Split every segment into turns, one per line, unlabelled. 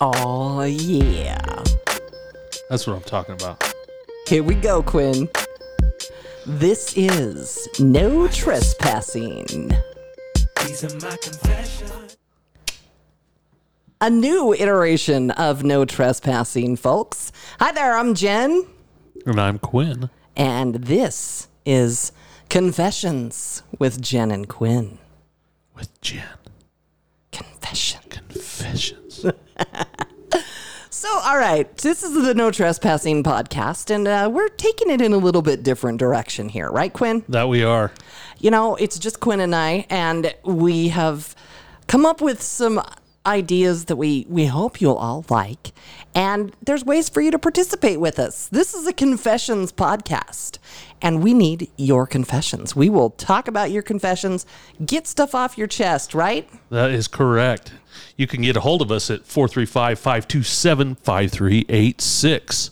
Oh, yeah.
That's what I'm talking about.
Here we go, Quinn. This is No Trespassing.
These are my confessions.
A new iteration of No Trespassing, folks. Hi there, I'm Jen,
And I'm Quinn.
and this is Confessions with Jen and Quinn.
With Jen.
Confession.
Confessions.
So, all right, this is the No Trespassing podcast, and uh, we're taking it in a little bit different direction here, right, Quinn?
that we are.
you know, it's just Quinn and I, and we have come up with some ideas that we, we hope you'll all like. And there's ways for you to participate with us. This is a confessions podcast, and we need your confessions. We will talk about your confessions, get stuff off your chest, right?
That is correct. You can get a hold of us at 435 527 5386.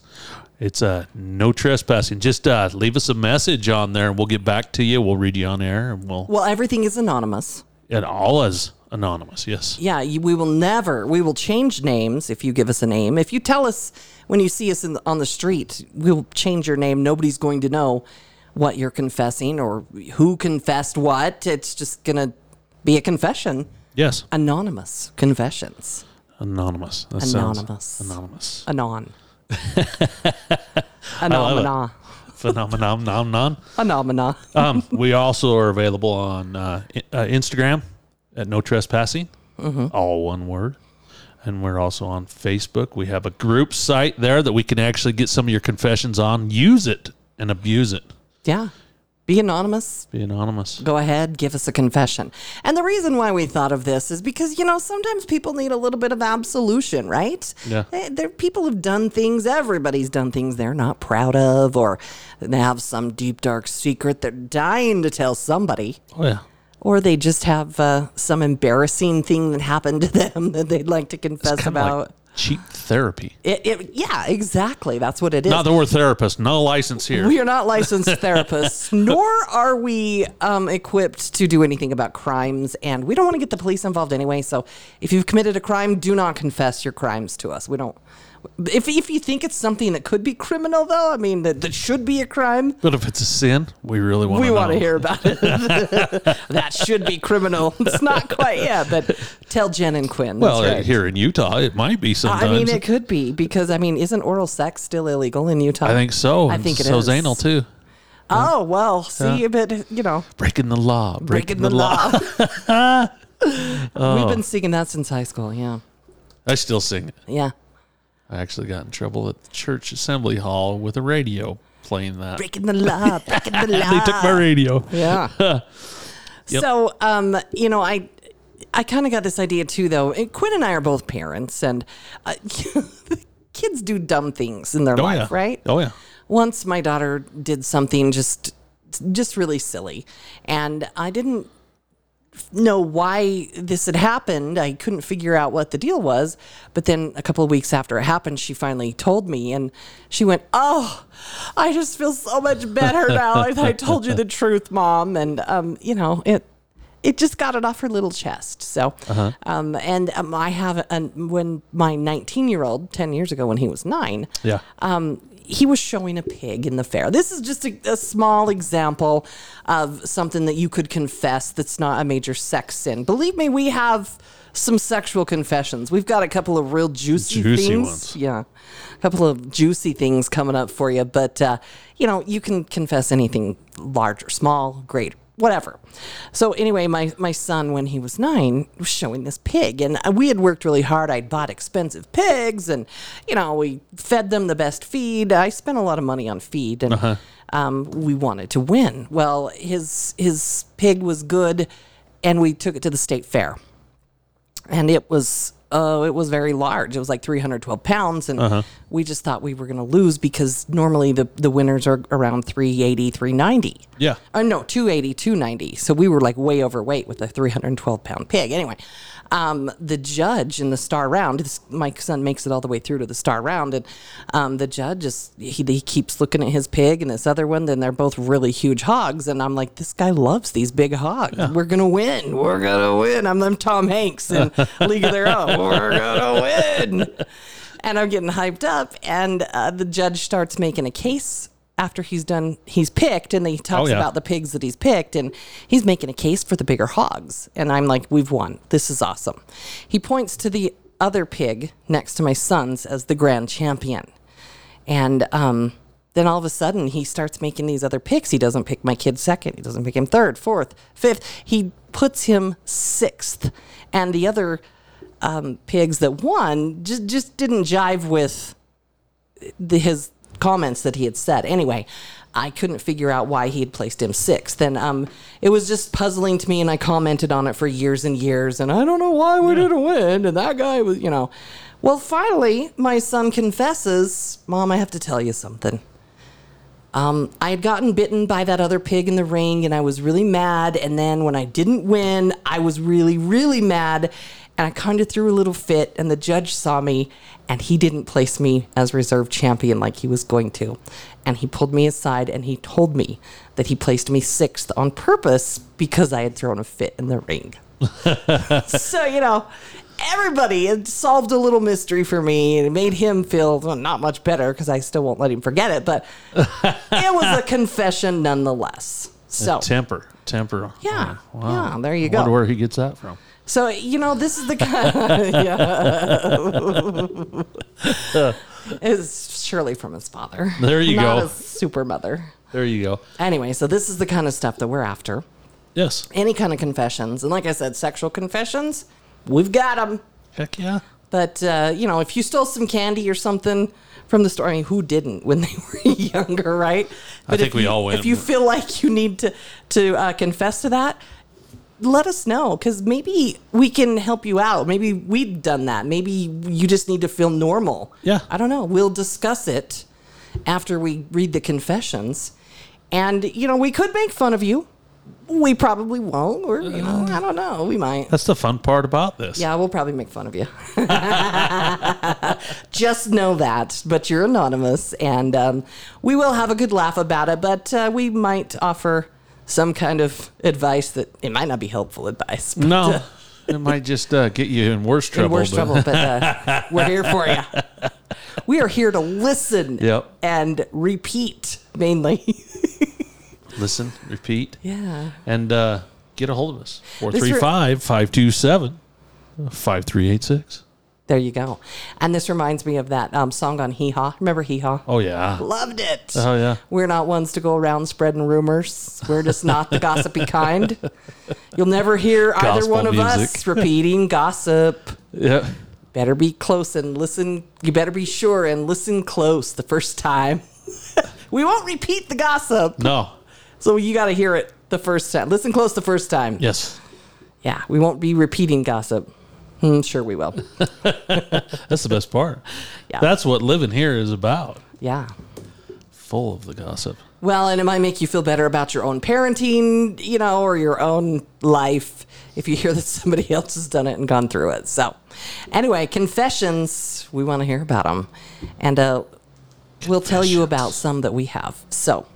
It's uh, no trespassing. Just uh, leave us a message on there and we'll get back to you. We'll read you on air and we'll.
Well, everything is anonymous.
And all is anonymous, yes.
Yeah, you, we will never. We will change names if you give us a name. If you tell us when you see us in the, on the street, we'll change your name. Nobody's going to know what you're confessing or who confessed what. It's just gonna be a confession.
Yes.
Anonymous confessions.
Anonymous. That sounds-
Anonymous.
Anonymous.
Anon.
love it.
Anomina.
Phenomenon. non, non.
Anomina.
um, we also are available on uh, I- uh, Instagram at No Trespassing,
Mm-hmm.
all one word. And we're also on Facebook. We have a group site there that we can actually get some of your confessions on. Use it and abuse it.
Yeah. Be anonymous.
Be anonymous.
go ahead, give us a confession. And the reason why we thought of this is because, you know, sometimes people need a little bit of absolution, right?
Yeah.
They, they're- people have done things, everybody's done things they're not proud of, or they have some deep, dark secret they're dying to tell somebody,
Oh, yeah.
or they just have uh, some embarrassing thing that happened to them that they'd like to confess
Kinda like
about.
cheap therapy.
it, it, yeah, exactly. That's what it is.
Not that we're therapists, no license here.
We are not licensed therapists, nor are we um, equipped to do anything about crimes. And we don't want to get the police involved anyway. So if you've committed a crime, do not confess your crimes to us. We don't. If, if you think it's something that could be criminal, though, I mean, that, that should be a crime,
but if it's a sin, we really want
we
to
want to hear about it. that should be criminal. It's not quite, yeah, but tell Jen and Quinn.
Well, uh,
that's right.
here in Utah, it might be sometimes.
I mean, it could be because, I mean, isn't oral sex still illegal in Utah?
I think so.
I
and
think it
so's
is.
anal, too.
Oh, well, see, but, you know.
Breaking the Oh. law. Breaking,
breaking the, law. We've been singing that since high school. Yeah.
I still sing it.
Yeah.
I actually got in trouble at the church assembly hall with a radio playing that.
Breaking the law. Breaking the law.
They took my radio.
Yeah. So, um, you know, I I kind of got this idea too, though. And Quinn and I are both parents, and uh, kids do dumb things in their
Oh
life,
yeah.
right?
Oh yeah.
once my daughter did something just just really silly and i didn't f- know why this had happened i couldn't figure out what the deal was but then a couple of weeks after it happened she finally told me and she went oh i just feel so much better now I, I told you the truth mom and um, you know it it just got it off her little chest. So, um, and um, I have, an, when my 19 year old, 10 years ago when he was nine,
Yeah.
um, he was showing a pig in the fair. This is just a, a small example of something that you could confess that's not a major sex sin. Believe me, we have some sexual confessions. We've got a couple of real juicy,
Juicy
things.
ones.
Yeah. A couple of juicy things coming up for you. But, uh, you know, you can confess anything large or small, great, whatever. So, anyway, my, my son, when he was nine, was showing this pig. And we had worked really hard. I'd bought expensive pigs and, you know, we fed them the best feed. I spent a lot of money on feed. And, um, we wanted to win. Well, his his pig was good, and we took it to the state fair and it was oh it was very large it was like 312 pounds and we just thought we were going to lose because normally the, the winners are around 380 390
Yeah.
Oh no, 280, 290. So we were like way overweight with a 312 pound pig. Anyway, um, the judge in the star round, this, my son makes it all the way through to the star round, and um, the judge is, he, he keeps looking at his pig and this other one, then they're both really huge hogs. And I'm like, this guy loves these big hogs. We're going to win. We're going to win. I'm, I'm Tom Hanks in League of Their Own. We're gonna win. And I'm getting hyped up, and uh, the judge starts making a case after he's done. He's picked, and he talks
Oh, yeah.
about the pigs that he's picked, and he's making a case for the bigger hogs. And I'm like, we've won. This is awesome. He points to the other pig next to my son's as the grand champion. And um, then all of a sudden, he starts making these other picks. He doesn't pick my kid second. He doesn't pick him third, fourth, fifth. He puts him sixth. And the other um, pigs that won just, just didn't jive with the, his comments that he had said. Anyway, I couldn't figure out why he had placed him sixth. And um, it was just puzzling to me, and I commented on it for years and years. And I don't know why we didn't win. And that guy was, you know. Well, finally, my son confesses, Mom, I have to tell you something. Um, I had gotten bitten by that other pig in the ring and I was really mad. And then when I didn't win, I was really, really mad. And I kind of threw a little fit. And the judge saw me and he didn't place me as reserve champion like he was going to. And he pulled me aside and he told me that he placed me sixth on purpose because I had thrown a fit in the ring. so, you know. Everybody, it solved a little mystery for me and it made him feel well, not much better because I still won't let him forget it. But it was a confession nonetheless. So
temper, temper.
yeah,
Wow.
yeah, there you
I wonder
go.
where he gets that from.
So you know, this is the kind. Yeah. It's surely from his father.
There you
Not
go.
a super mother.
There you go.
Anyway, so this is the kind of stuff that we're after.
Yes.
Any kind of confessions, and like I said, sexual confessions, we've got them.
Heck yeah.
But uh, you know, if you stole some candy or something from the store, I mean, who didn't when they were younger, right? But
think
if
we
you-
all went.
If you feel like you need to to uh, confess to that, let us know because maybe we can help you out. Maybe we've done that. Maybe you just need to feel normal.
Yeah.
I don't know. We'll discuss it after we read the confessions, and you know, we could make fun of you. We probably won't, or you know,
Uh.
I don't know. We might.
That's the fun part about this.
Yeah, we'll probably make fun of you. Just know that, but you're anonymous, and um, we will have a good laugh about it. But uh, we might offer some kind of advice that it might not be helpful advice. but,
No,
uh,
it might just uh, get you in worse trouble.
in worse
but-
trouble, but uh, we're here for you. We are here to listen
Yep.
and repeat mainly.
Listen, repeat,
yeah.
and uh, get a hold of us.
re-
435 527 5386.
There you go. And this reminds me of that um, song on Hee Haw. Remember Hee Haw?
Oh, yeah.
Loved it.
Oh, yeah.
We're not ones to go around spreading rumors. We're just not the gossipy kind. You'll never hear either
Gospel
one of us
music.
repeating gossip.
Yeah.
Better be close and listen. You better be sure and listen close the first time. we won't repeat the gossip.
No.
So you got to hear it the first time. Listen close the first time.
Yes.
Yeah, we won't be repeating gossip. Hmm, sure, we will.
That's the best part.
Yeah.
That's what living here is about.
Yeah.
Full of the gossip.
Well, and it might make you feel better about your own parenting, you know, or your own life if you hear that somebody else has done it and gone through it. So, anyway, confessions, we want to hear about them. And uh, we'll tell you about some that we have. So,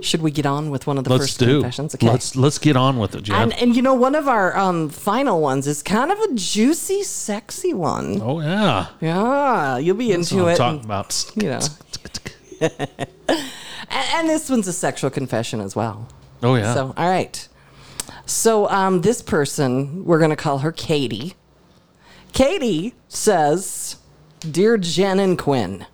should we get on with one of the
Let's
first
do.
confessions? Okay.
Let's let's get on with it, Jen.
and, and you know, one of our um, final ones is kind of a juicy, sexy one.
oh yeah.
Yeah, you'll be
That's
into
what I'm
it.
talking
and-
about.
you know. and, and this one's a sexual confession as well.
Oh yeah.
So, all right. So, um, this person, we're going to call her Katie. Katie says, Dear Jen and Quinn,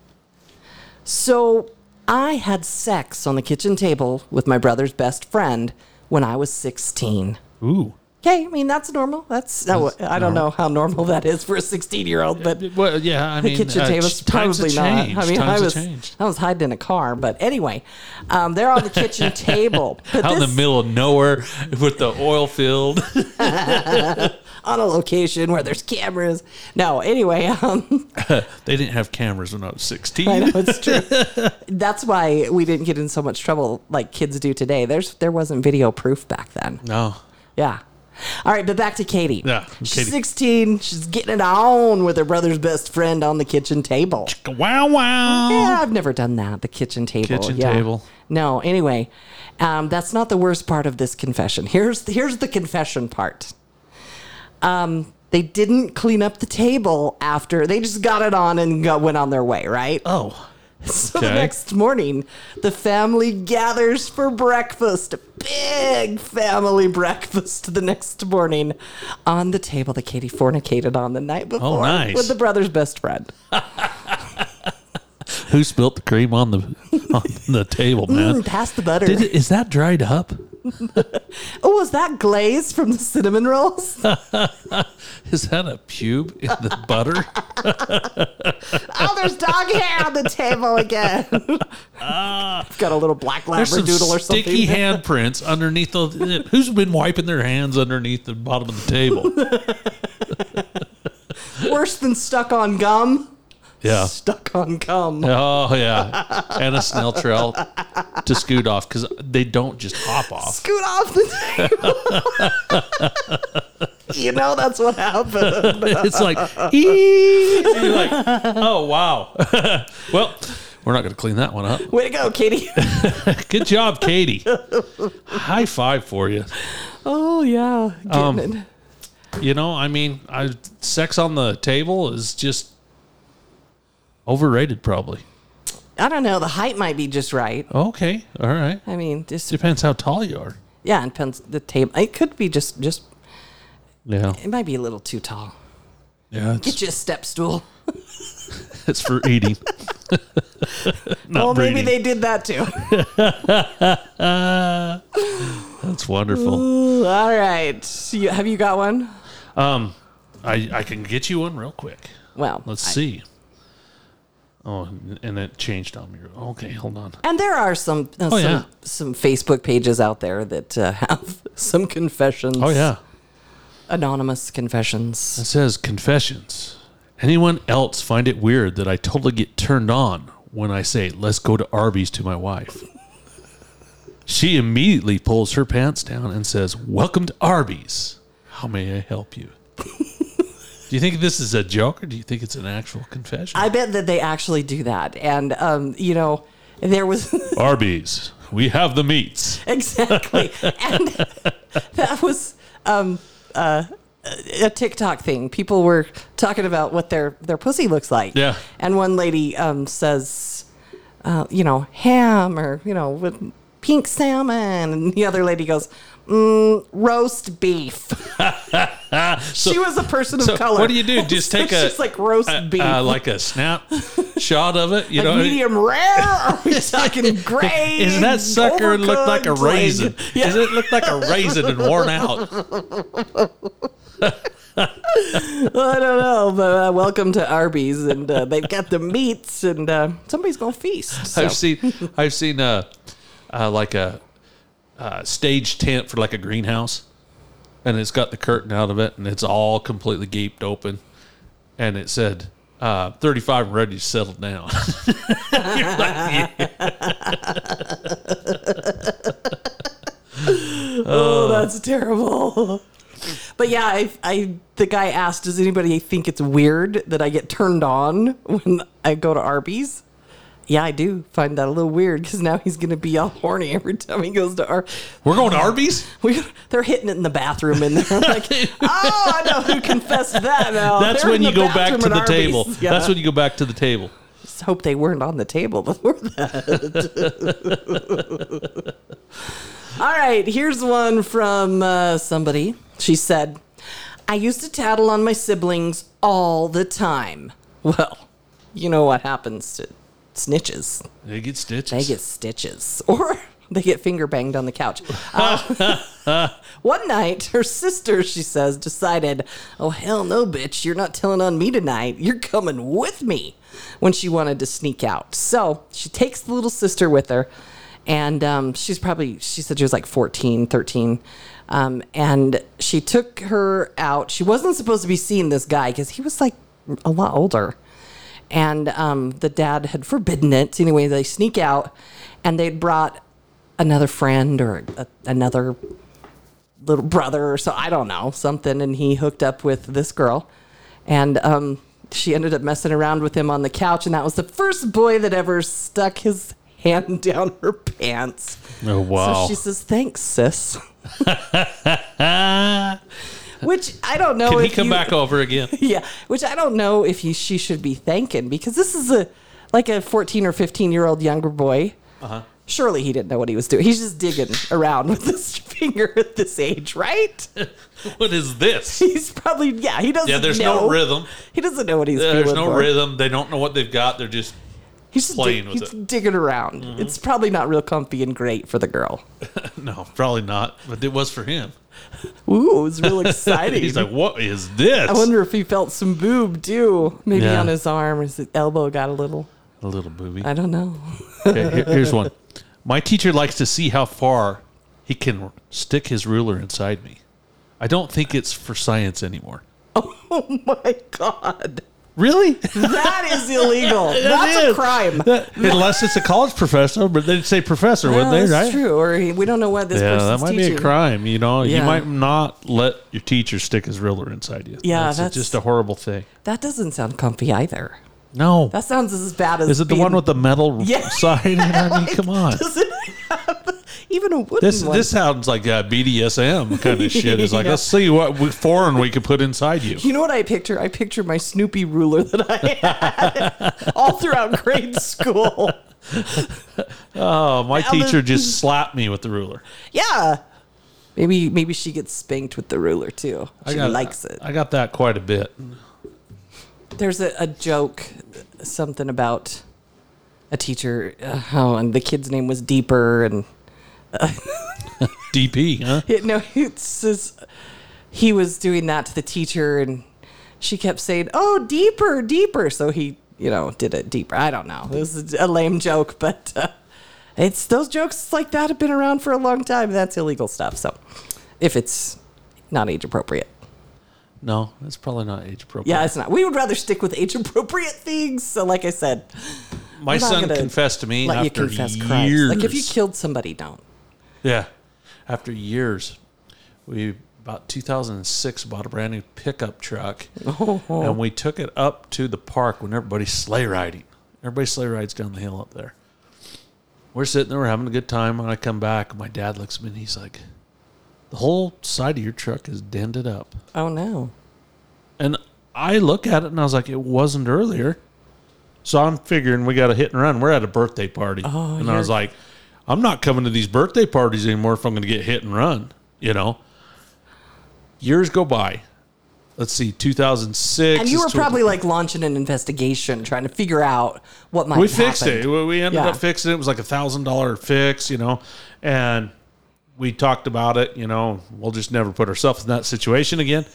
so I had sex on the kitchen table with my brother's best friend when I was 16.
Ooh.
Okay, I mean, that's normal. That's, oh, I don't know how normal that is for a 16 year old, but
Well, yeah. I mean,
the kitchen
uh,
table.
ch- times
Probably
have
not.
changed.
I mean,
times
I
have
was
changed.
I was hiding in a car, but anyway, um, they're on the kitchen table. But
Out in the
this-
middle of nowhere with the oil field.
on a location where there's cameras. No, anyway, um,
they didn't have cameras when I was
I
16.
know it's true. That's why we didn't get in so much trouble like kids do today. There's there wasn't video proof back then.
No.
Yeah. All right, but back to Katie.
Yeah,
she's
Katie.
16. She's getting it on with her brother's best friend on the kitchen table.
Wow, wow.
Yeah, I've never done that. The kitchen table.
Kitchen
yeah.
table.
No. Anyway, um, that's not the worst part of this confession. Here's here's the confession part. Um, They didn't clean up the table after. They just got it on and go, went on their way, right?
Oh,
So the
Okay.
next morning, the family gathers for breakfast, a big family breakfast the next morning on the table that Katie fornicated on the night before
Oh, nice.
with the brother's best friend.
who spilt the cream on the on the table, man?
Mm, pass the butter.
Did it, is that dried up?
oh, was that glaze from the cinnamon rolls?
Is that a pube in the butter?
oh, there's dog hair on the table again. Got a little black
Ah. There's some
labradoodle or something.
sticky handprints underneath. The, who's been wiping their hands underneath the bottom of the table?
Worse than stuck on gum.
Yeah.
Stuck on gum.
Oh yeah, and a snail trail to scoot off because they don't just hop off.
scoot off the table. you know that's what happened.
It's like, "Ee." And you're like, oh wow. well, we're not going to clean that one up.
Way to go, Katie.
Good job, Katie. High five for you.
oh yeah, getting
Um,
it.
You know, I mean, I sex on the table is just overrated, probably.
I don't know. The height might be just right.
Okay, all right.
I mean, just
Depends how tall you are.
yeah, and depends the table. It could be just just.
Yeah,
It might be a little too tall.
yeah.
Get
It's,
you a step stool.
it's for eating. Not
well, maybe
breeding.
they did that too.
That's wonderful.
Ooh, All right. So you, have you got one?
Um, I I can get you one real quick.
Well,
Let's
I-
see. Oh, and it changed on me. Okay, hold on.
And there are some uh,
Oh,
some,
yeah.
some Facebook pages out there that uh, have some confessions.
Oh yeah,
anonymous confessions.
it says confessions. Anyone else find it weird that I totally get turned on when I say "Let's go to Arby's" to my wife? She immediately pulls her pants down and says, "Welcome to Arby's. How may I help you?" do you think this is a joke or do you think it's an actual confession?
I bet that they actually do that. And, um, you know, there was
Arby's. We have the meats.
exactly. and that was um, uh, a TikTok thing. People were talking about what their, their pussy looks like.
Yeah.
And one lady um, says, uh, you know, ham or, you know, with pink salmon. And the other lady goes, mm, roast beef. she was a person of
So
color.
what do you do? Just take a
She's like roast
uh,
beef.
uh, like a snap shot of it. You
Like
know,
medium rare? Are we talking great?
is that sucker looked like a
overcooked, like-
raisin?
Yeah.
Does it look like a raisin and worn out?
I don't know, but uh, welcome to Arby's, and uh, they've got the meats, and uh, somebody's gonna feast. So.
I've seen, I've seen uh, uh, like a uh, stage tent for like a greenhouse, and it's got the curtain out of it, and it's all completely gaped open, and it said. Uh, 35 and ready to settle down. You're like, yeah.
oh, that's terrible. But yeah, I, I the guy asked, "Does anybody think it's weird that I get turned on when I go to Arby's?" Yeah, I do find that a little weird because now he's gonna be all horny every time he goes to Arby's.
We're going to Arby's?
We, they're hitting it in the bathroom in there. Like, oh, I know who confessed that now.
That's
Oh, They're
when
in
you
the
go back
bathroom
to
at
the
Arby's.
table.
Yeah.
That's when you go back to the table.
Just hope they weren't on the table before that. All right, here's one from uh, somebody. She said, I used to tattle on my siblings all the time. Well, you know what happens to snitches.
They get stitches.
They get stitches or they get finger banged on the couch. Uh, one night, her sister, she says, decided, oh, hell no, bitch, you're not telling on me tonight. You're coming with me when she wanted to sneak out. So she takes the little sister with her. And um, she's probably, she said she was like 14, 13. Um, and she took her out. She wasn't supposed to be seeing this guy because he was like a lot older and um, the dad had forbidden it. Anyway, they sneak out, and they'd brought another friend or a, another little brother or so I don't know something, and he hooked up with this girl, and um, she ended up messing around with him on the couch, and that was the first boy that ever stuck his hand down her pants.
Oh wow!
So she says, "Thanks, sis." Which I don't know.
Can he
if
come
you-
back over again?
Yeah, which I don't know if he she should be thanking because this is a like a fourteen or fifteen year old younger boy.
Uh-huh.
Surely he didn't know what he was doing. He's just digging around with his finger at this age, right?
What is this?
He's probably yeah. He doesn't.
Yeah, there's
know.
no rhythm.
He doesn't know what he's
Yeah,
doing.
There's no
for.
rhythm. They don't know what they've got. They're just
He's just
playing
dig-
with Mm-hmm.
he's digging around. It's probably not real comfy and great for the girl.
no, probably not. But it was for him.
Ooh, it was real exciting.
He's like, what is this?
I wonder if he felt some boob too, maybe
Yeah.
on his arm or his elbow got a little.
A little booby.
I don't know.
Okay, here- here's one. My teacher likes to see how far he can stick his ruler inside me. I don't think it's for science anymore.
Oh my god.
Really?
That is illegal. That's a
is.
crime.
Unless it's a college professor, but they'd say professor,
Well,
wouldn't they?
that's
Right?
true. Or he, we don't know what this
Yeah, that
person's
might
teaching.
be a crime. You know,
Yeah.
you might not let your teacher stick his ruler inside you.
Yeah,
that's, a-
that's-
just a horrible thing.
That doesn't sound comfy either.
No,
That sounds as bad as.
is it the
being-
one with the metal
Yeah.
side? You know what I mean, come on.
Does it have even a wooden
This
one?
this sounds like uh, BDSM kind of shit. It's like
Yeah.
let's see what we, foreign we could put inside you.
you know what I picture? I picture my Snoopy ruler that I had all throughout grade school.
Oh, my
Now the-
teacher just slapped me with the ruler.
Yeah. Maybe maybe she gets spanked with the ruler too. She likes it.
I got that quite a bit.
There's a, a joke, something about a teacher. Uh, oh, and the kid's name was Deeper, and
DP, huh?
Yeah, no, it's just, he was doing that to the teacher, and she kept saying, "Oh, deeper, deeper." So he, you know, did it deeper. I don't know. This is a lame joke, but uh, it's those jokes like that have been around for a long time. That's illegal stuff. So if it's not age appropriate,
No, that's probably not age appropriate.
yeah, it's not. We would rather stick with age appropriate things. So, like I said,
my
I'm not
son
gonna
confessed to me
let you
after
confess
years.
crimes. Like if you killed somebody, don't.
Yeah. After years, we about 2006 bought a brand new pickup truck,
Oh,
and we took it up to the park when everybody's sleigh riding. Everybody sleigh rides down the hill up there. We're sitting there, we're having a good time. When I come back, my dad looks at me and he's like, "The whole side of your truck is dented up."
Oh no.
And I look at it and I was like, "It wasn't earlier." So I'm figuring we got a hit and run. We're at a birthday party,
Oh,
and I was
you're-
like, "I'm not coming to these birthday parties anymore if I'm going to get hit and run." You know. Years go by. Let's see, 2006.
And you
is
were
tw-
probably like launching an investigation, trying to figure out what might.
we
have
fixed
happened.
it. We we ended
Yeah.
up fixing it. It was like a thousand dollar fix, you know, and we talked about it. You know, we'll just never put ourselves in that situation again.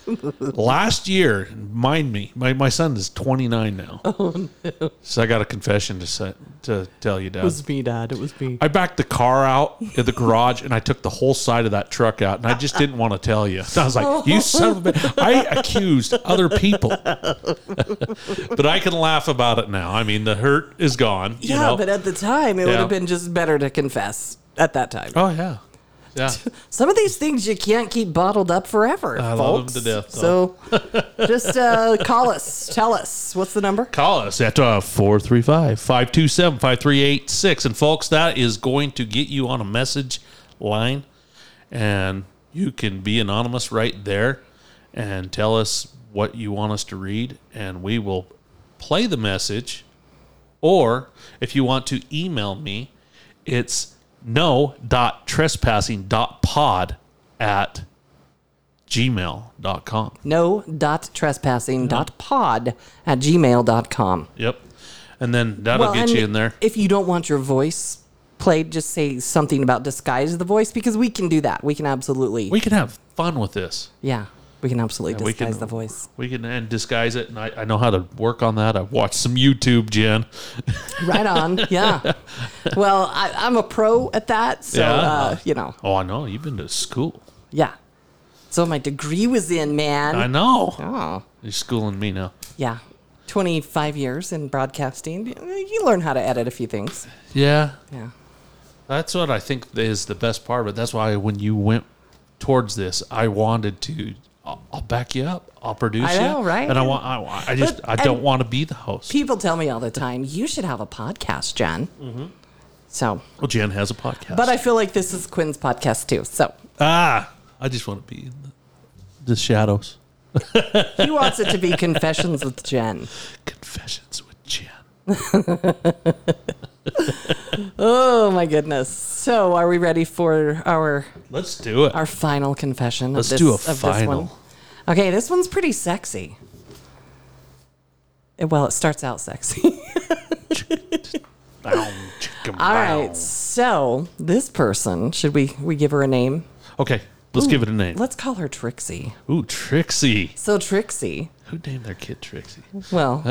Last year, mind me, my, my son is twenty nine now. Oh no! So I got a confession to say, to tell you, Dad.
me, Dad. It was me.
I backed the car out in the garage and I took the whole side of that truck out and I just didn't want to tell you. I was like, you son of a bitch. I accused other people. but I can laugh about it now. I mean, the hurt is gone.
Yeah,
you know?
but at the time, it would
Yeah.
have been just better to confess at that time.
oh, yeah. Yeah.
Some of these things you can't keep bottled up forever.
I love 'em
folks.
to death,
So just uh, call us. Tell us. What's the number?
Call us at uh, 435 527 5386. And, folks, that is going to get you on a message line. And you can be anonymous right there and tell us what you want us to read. And we will play the message. Or if you want to email me, it's no.trespassing.pod at gmail.com.
No dot trespassing dot pod at gmail.com.
Yep. And then that'll get
and
you in there.
If you don't want your voice played, just say something about disguise the voice because we can do that. We can absolutely.
we can have fun with this.
yeah. We can absolutely
we
disguise
can-
the voice.
We can and disguise it, and I, I know how to work on that. I've watched some YouTube, Jen.
Right on. Yeah. Well, I, I'm a pro at that. So,
Yeah.
uh, you know,
Oh, I know you've been to school.
yeah. So my degree was in, man.
I know
oh,
you're schooling me now.
yeah. 25 years in broadcasting. You learn how to edit a few things.
Yeah,
Yeah.
that's what I think is the best part. But that's why when you went towards this, I wanted to. I'll, I'll back you up. I'll produce
I know,
you.
right?
And I want. I, want- I just.
But-
I don't
and-
want to be the host.
People tell me all the time, you should have a podcast, Jen. So,
well, Jen has a podcast.
but I feel like this is Quinn's podcast too. So,
ah, I just want to be in the, Just shadows.
He wants it to be confessions with Jen.
Confessions with Jen.
Oh my goodness. So, are we ready for our
Let's do it.
our final confession? of
Let's
this,
do a
of this one?
final.
Okay, this one's pretty sexy. Eh, Well, it starts out sexy.
Bow, chicka,
All
bow.
right. So, this person, should we we give her a name?
Okay, let's give it a name.
Let's call her Trixie.
Ooh, Trixie.
So, Trixie.
Who named their kid Trixie?
Well,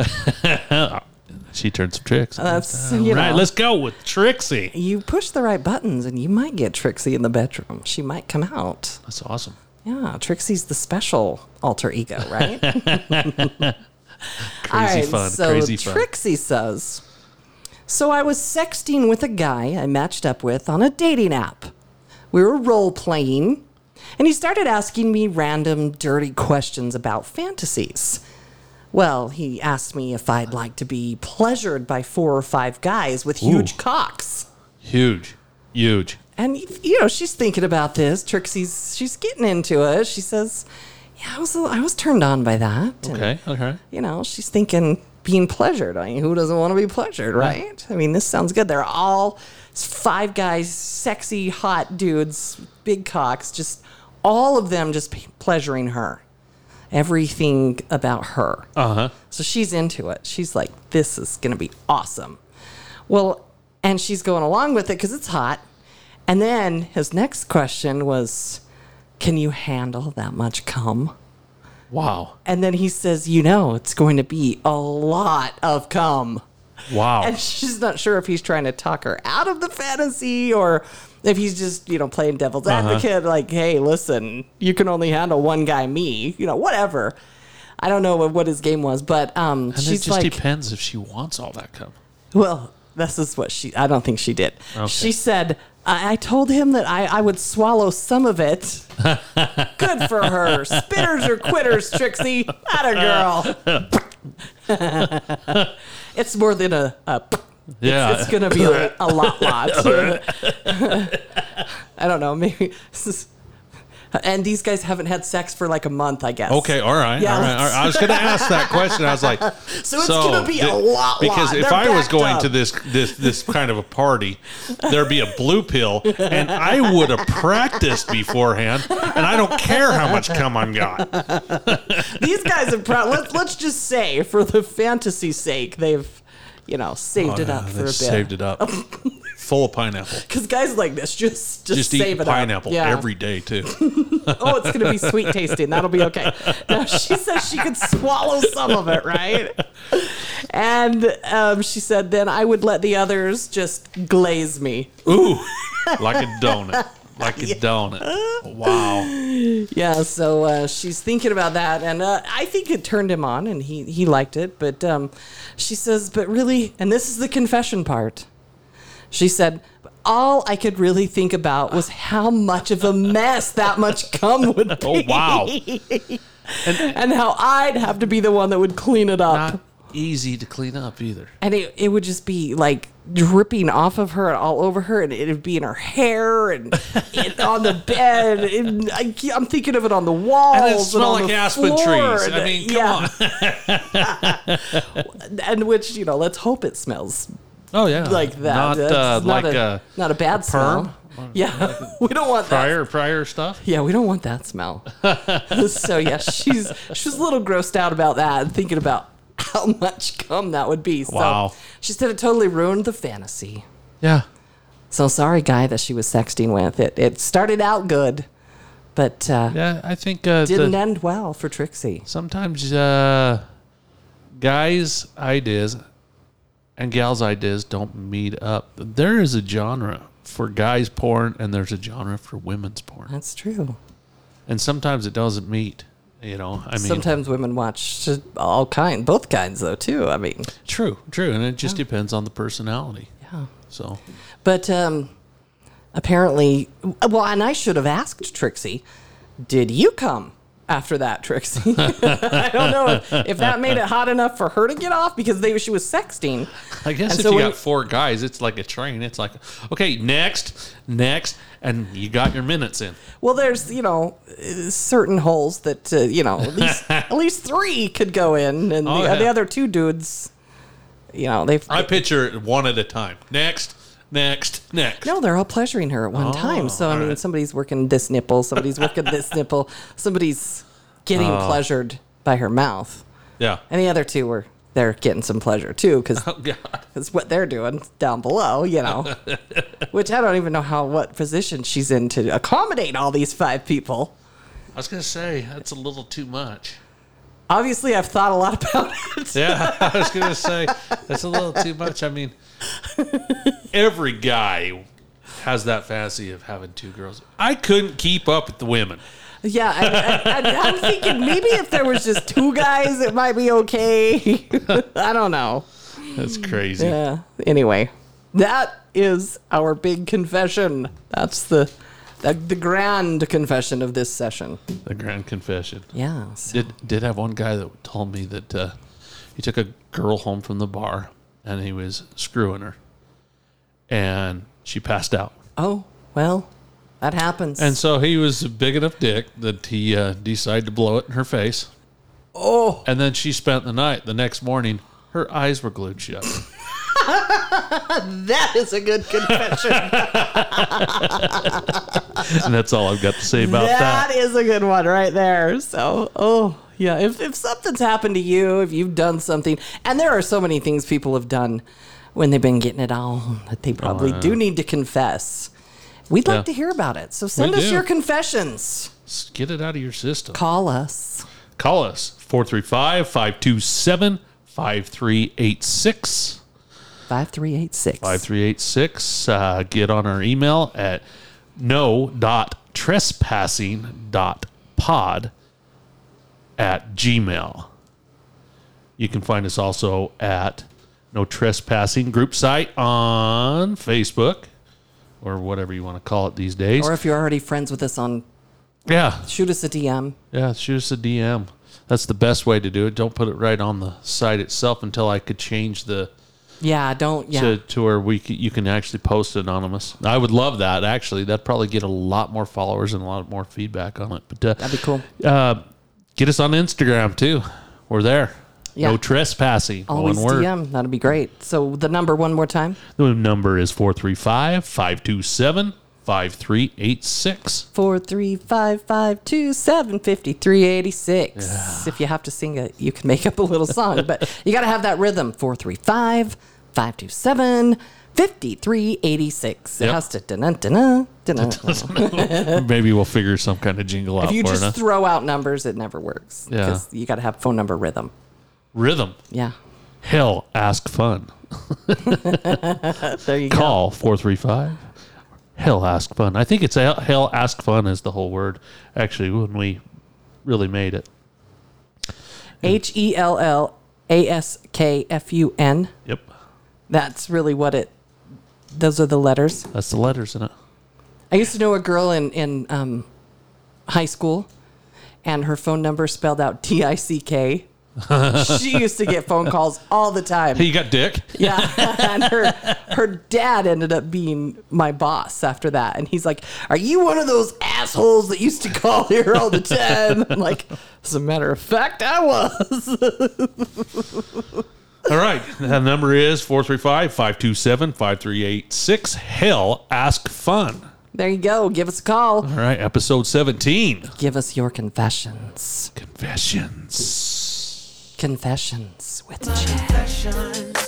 She turned some tricks.
that's you
All right,
know.
let's go with Trixie.
you push the right buttons and you might get Trixie in the bedroom. She might come out.
That's awesome.
Yeah, Trixie's the special alter ego, right?
Crazy fun.
So
crazy fun.
Trixie says, So I was sexting with a guy I matched up with on a dating app. We were role playing, and he started asking me random dirty questions about fantasies. Well, he asked me if I'd like to be pleasured by four or five guys with huge
Ooh.
cocks.
Huge. Huge.
And you know, she's thinking about this. Trixie's she's getting into it. She says, "Yeah, I was I was turned on by that." And
Okay. Okay.
you know, she's thinking being pleasured. I mean, who doesn't want to be pleasured, right? I mean, this sounds good. They're all five guys, sexy, hot dudes, big cocks, just all of them just p- pleasuring her. Everything about her.
Uh huh.
So she's into it. She's like, this is going to be awesome. Well, and she's going along with it because it's hot. And then his next question was, can you handle that much cum?
Wow.
And then he says, You know, it's going to be a lot of cum.
Wow.
And she's not sure if he's trying to talk her out of the fantasy or if he's just, you know, playing devil's
Uh-huh.
advocate, like, hey, listen, you can only handle one guy, me, you know, whatever. I don't know what, what his game was, but um,
and it
she's
just
like,
depends if she wants all that cum.
well, this is what she, I don't think she did. She said, I, I told him that I, I would swallow some of it. Good for her. Spitters or quitters, Trixie. Atta girl. it's more than a, a
Yeah.
it's going to be a, a lot, lot. I don't know. Maybe. this is- And these guys haven't had sex for like a month, I guess.
Okay, all right,
Yeah,
all, right, all right. I was going to ask that question. I was like, oh,
So it's gonna be a lot,
because
lot.
if
They're
I was
backed
going
up.
to this this this kind of a party, there'd be a blue pill, and I would have practiced beforehand, and I don't care how much cum I'm got.
These guys have pro- let's let's just say for the fantasy's sake they've you know saved it up for a
Oh, they
bit.
Uh, saved it up, full of pineapple.
Cause guys like this just just,
Just
save
eat
it
pineapple
up. Yeah.
every day too.
oh, it's gonna be sweet tasting. That'll be okay. Now she says she could swallow some of it, right? And um, she said then I would let the others just glaze me.
Ooh, like a donut, like a donut. Wow.
Yeah, so uh, she's thinking about that, and uh, I think it turned him on, and he he liked it. But um, she says, "But really," and this is the confession part. She said, "All I could really think about was how much of a mess that much cum would be,
Oh wow.
and how I'd have to be the one that would clean it up."
Not easy to clean up either.
and it, it would just be like dripping off of her and all over her and it'd be in her hair and it, on the bed and I, am thinking of it on the walls
And it smell
on
like
the
aspen
floor,
trees. I
and-
mean, come
yeah. and which you know let's hope it smells
Oh yeah,
like that
Not
That's
uh, like
a,
a
not a bad
perm?
smell yeah we don't want that
prior prior stuff.
Yeah, we don't want that smell. so yeah, she's she's a little grossed out about that and thinking about how much cum that would be. So
Wow.
she said it totally ruined the fantasy.
Yeah,
So sorry, guy that she was sexting with. It it started out good, but uh,
yeah. I think uh,
didn't
the-
end well for Trixie.
sometimes uh, guys' ideas and gals' ideas don't meet up. There is a genre for guys' porn, and there's a genre for women's porn,
That's true.
and sometimes it doesn't meet. You know, I mean,
Sometimes women watch all kind, both kinds though too. I mean,
true, true, and it just depends on the personality.
yeah.
So
But um, apparently, well, and I should have asked Trixie, did you come after that, Trixie? I don't know if, if that made it hot enough for her to get off because they, she was sexting.
I guess
And
if
so
you
when-
got four guys, it's like a train. It's like, okay, next, next, and you got your minutes in.
Well, there's you know uh, certain holes that uh, you know at least at least three could go in, and
Oh,
the,
yeah.
the other two dudes, you know, they've
I picture it one at a time. Next, next, next.
no, they're all pleasuring her at one
Oh,
time. So I mean, somebody's working this nipple, somebody's working this nipple, somebody's getting
Oh.
pleasured by her mouth,
Yeah.
and the other two were they're getting some pleasure too because
Oh God.
what they're doing down below, you know. Which I don't even know how what position she's in to accommodate all these five people.
I was gonna say that's a little too much.
Obviously, I've thought a lot about it.
Yeah, I was gonna say that's a little too much. I mean, every guy has that fantasy of having two girls. I couldn't keep up with the women.
Yeah, I, I, I, I'm thinking maybe if there was just two guys, it might be okay. I don't know.
That's crazy.
Yeah. Anyway, that is our big confession. That's the the, the grand confession of this session.
The grand confession.
Yeah. so-
Did did have one guy that told me that uh, he took a girl home from the bar and he was screwing her, and she passed out.
oh well, that happens.
And so he was a big enough dick that he uh, decided to blow it in her face.
oh,
And then she spent the night. The next morning, her eyes were glued shut.
that is a good confession.
and that's all I've got to say about that.
that is a good one right there. So oh. Yeah, if, if something's happened to you, if you've done something, and there are so many things people have done when they've been getting it on that they probably do need to confess. We'd like
Oh, Yeah.
to hear about it. So send us
do.
your confessions.
Let's Get it out of your system.
Call us.
Call us 435 527 5386.
5386.
5386. Uh, get on our email at no.trespassing.pod at gmail. You can find us also at No Trespassing group site on Facebook or whatever you want to call it these days.
Or if you're already friends with us on,
yeah,
shoot us a DM.
yeah, shoot us a DM. That's the best way to do it. Don't put it right on the site itself until I could change the
Yeah, don't. Yeah.
to, to where we c- you can actually post anonymous. I would love that. Actually, that'd probably get a lot more followers and a lot more feedback on it. But uh,
That'd be cool.
Uh, get us on Instagram too. We're there.
Yeah.
No trespassing.
Always
One word.
DM. That'd be great. So the number one more time
The number is 435 527 5386.
435-527-5386. If you have to sing it, you can make up a little song, but you got to have that rhythm 435-527-5386. It
Yep.
has to dun dun dun
Maybe we'll figure some kind of jingle out
Uh. If you
for
just
it. huh?
throw out numbers, it never works.
Yeah.
'Cause You got to have phone number rhythm.
Rhythm.
Yeah.
Hell, ask fun.
There you go.
Call 435 Hell Ask Fun. I think it's Hell- Hell Ask Fun is the whole word, actually, when we really made it.
H E L L A S K F U N.
Yep.
That's really what it. Those are the letters.
That's the letters in it.
I used to know a girl in in um, high school, and her phone number spelled out T I C K. she used to get phone calls all the time.
Hey, you got Dick?
Yeah, and her her dad ended up being my boss after that, and he's like, "Are you one of those assholes that used to call here all the time?" I'm like, as a matter of fact, I was.
All right. The number is 435 527 5386. Hell Ask Fun.
There you go. Give us a call.
All right. Episode 17
Give us your confessions.
Confessions.
Confessions with
confession.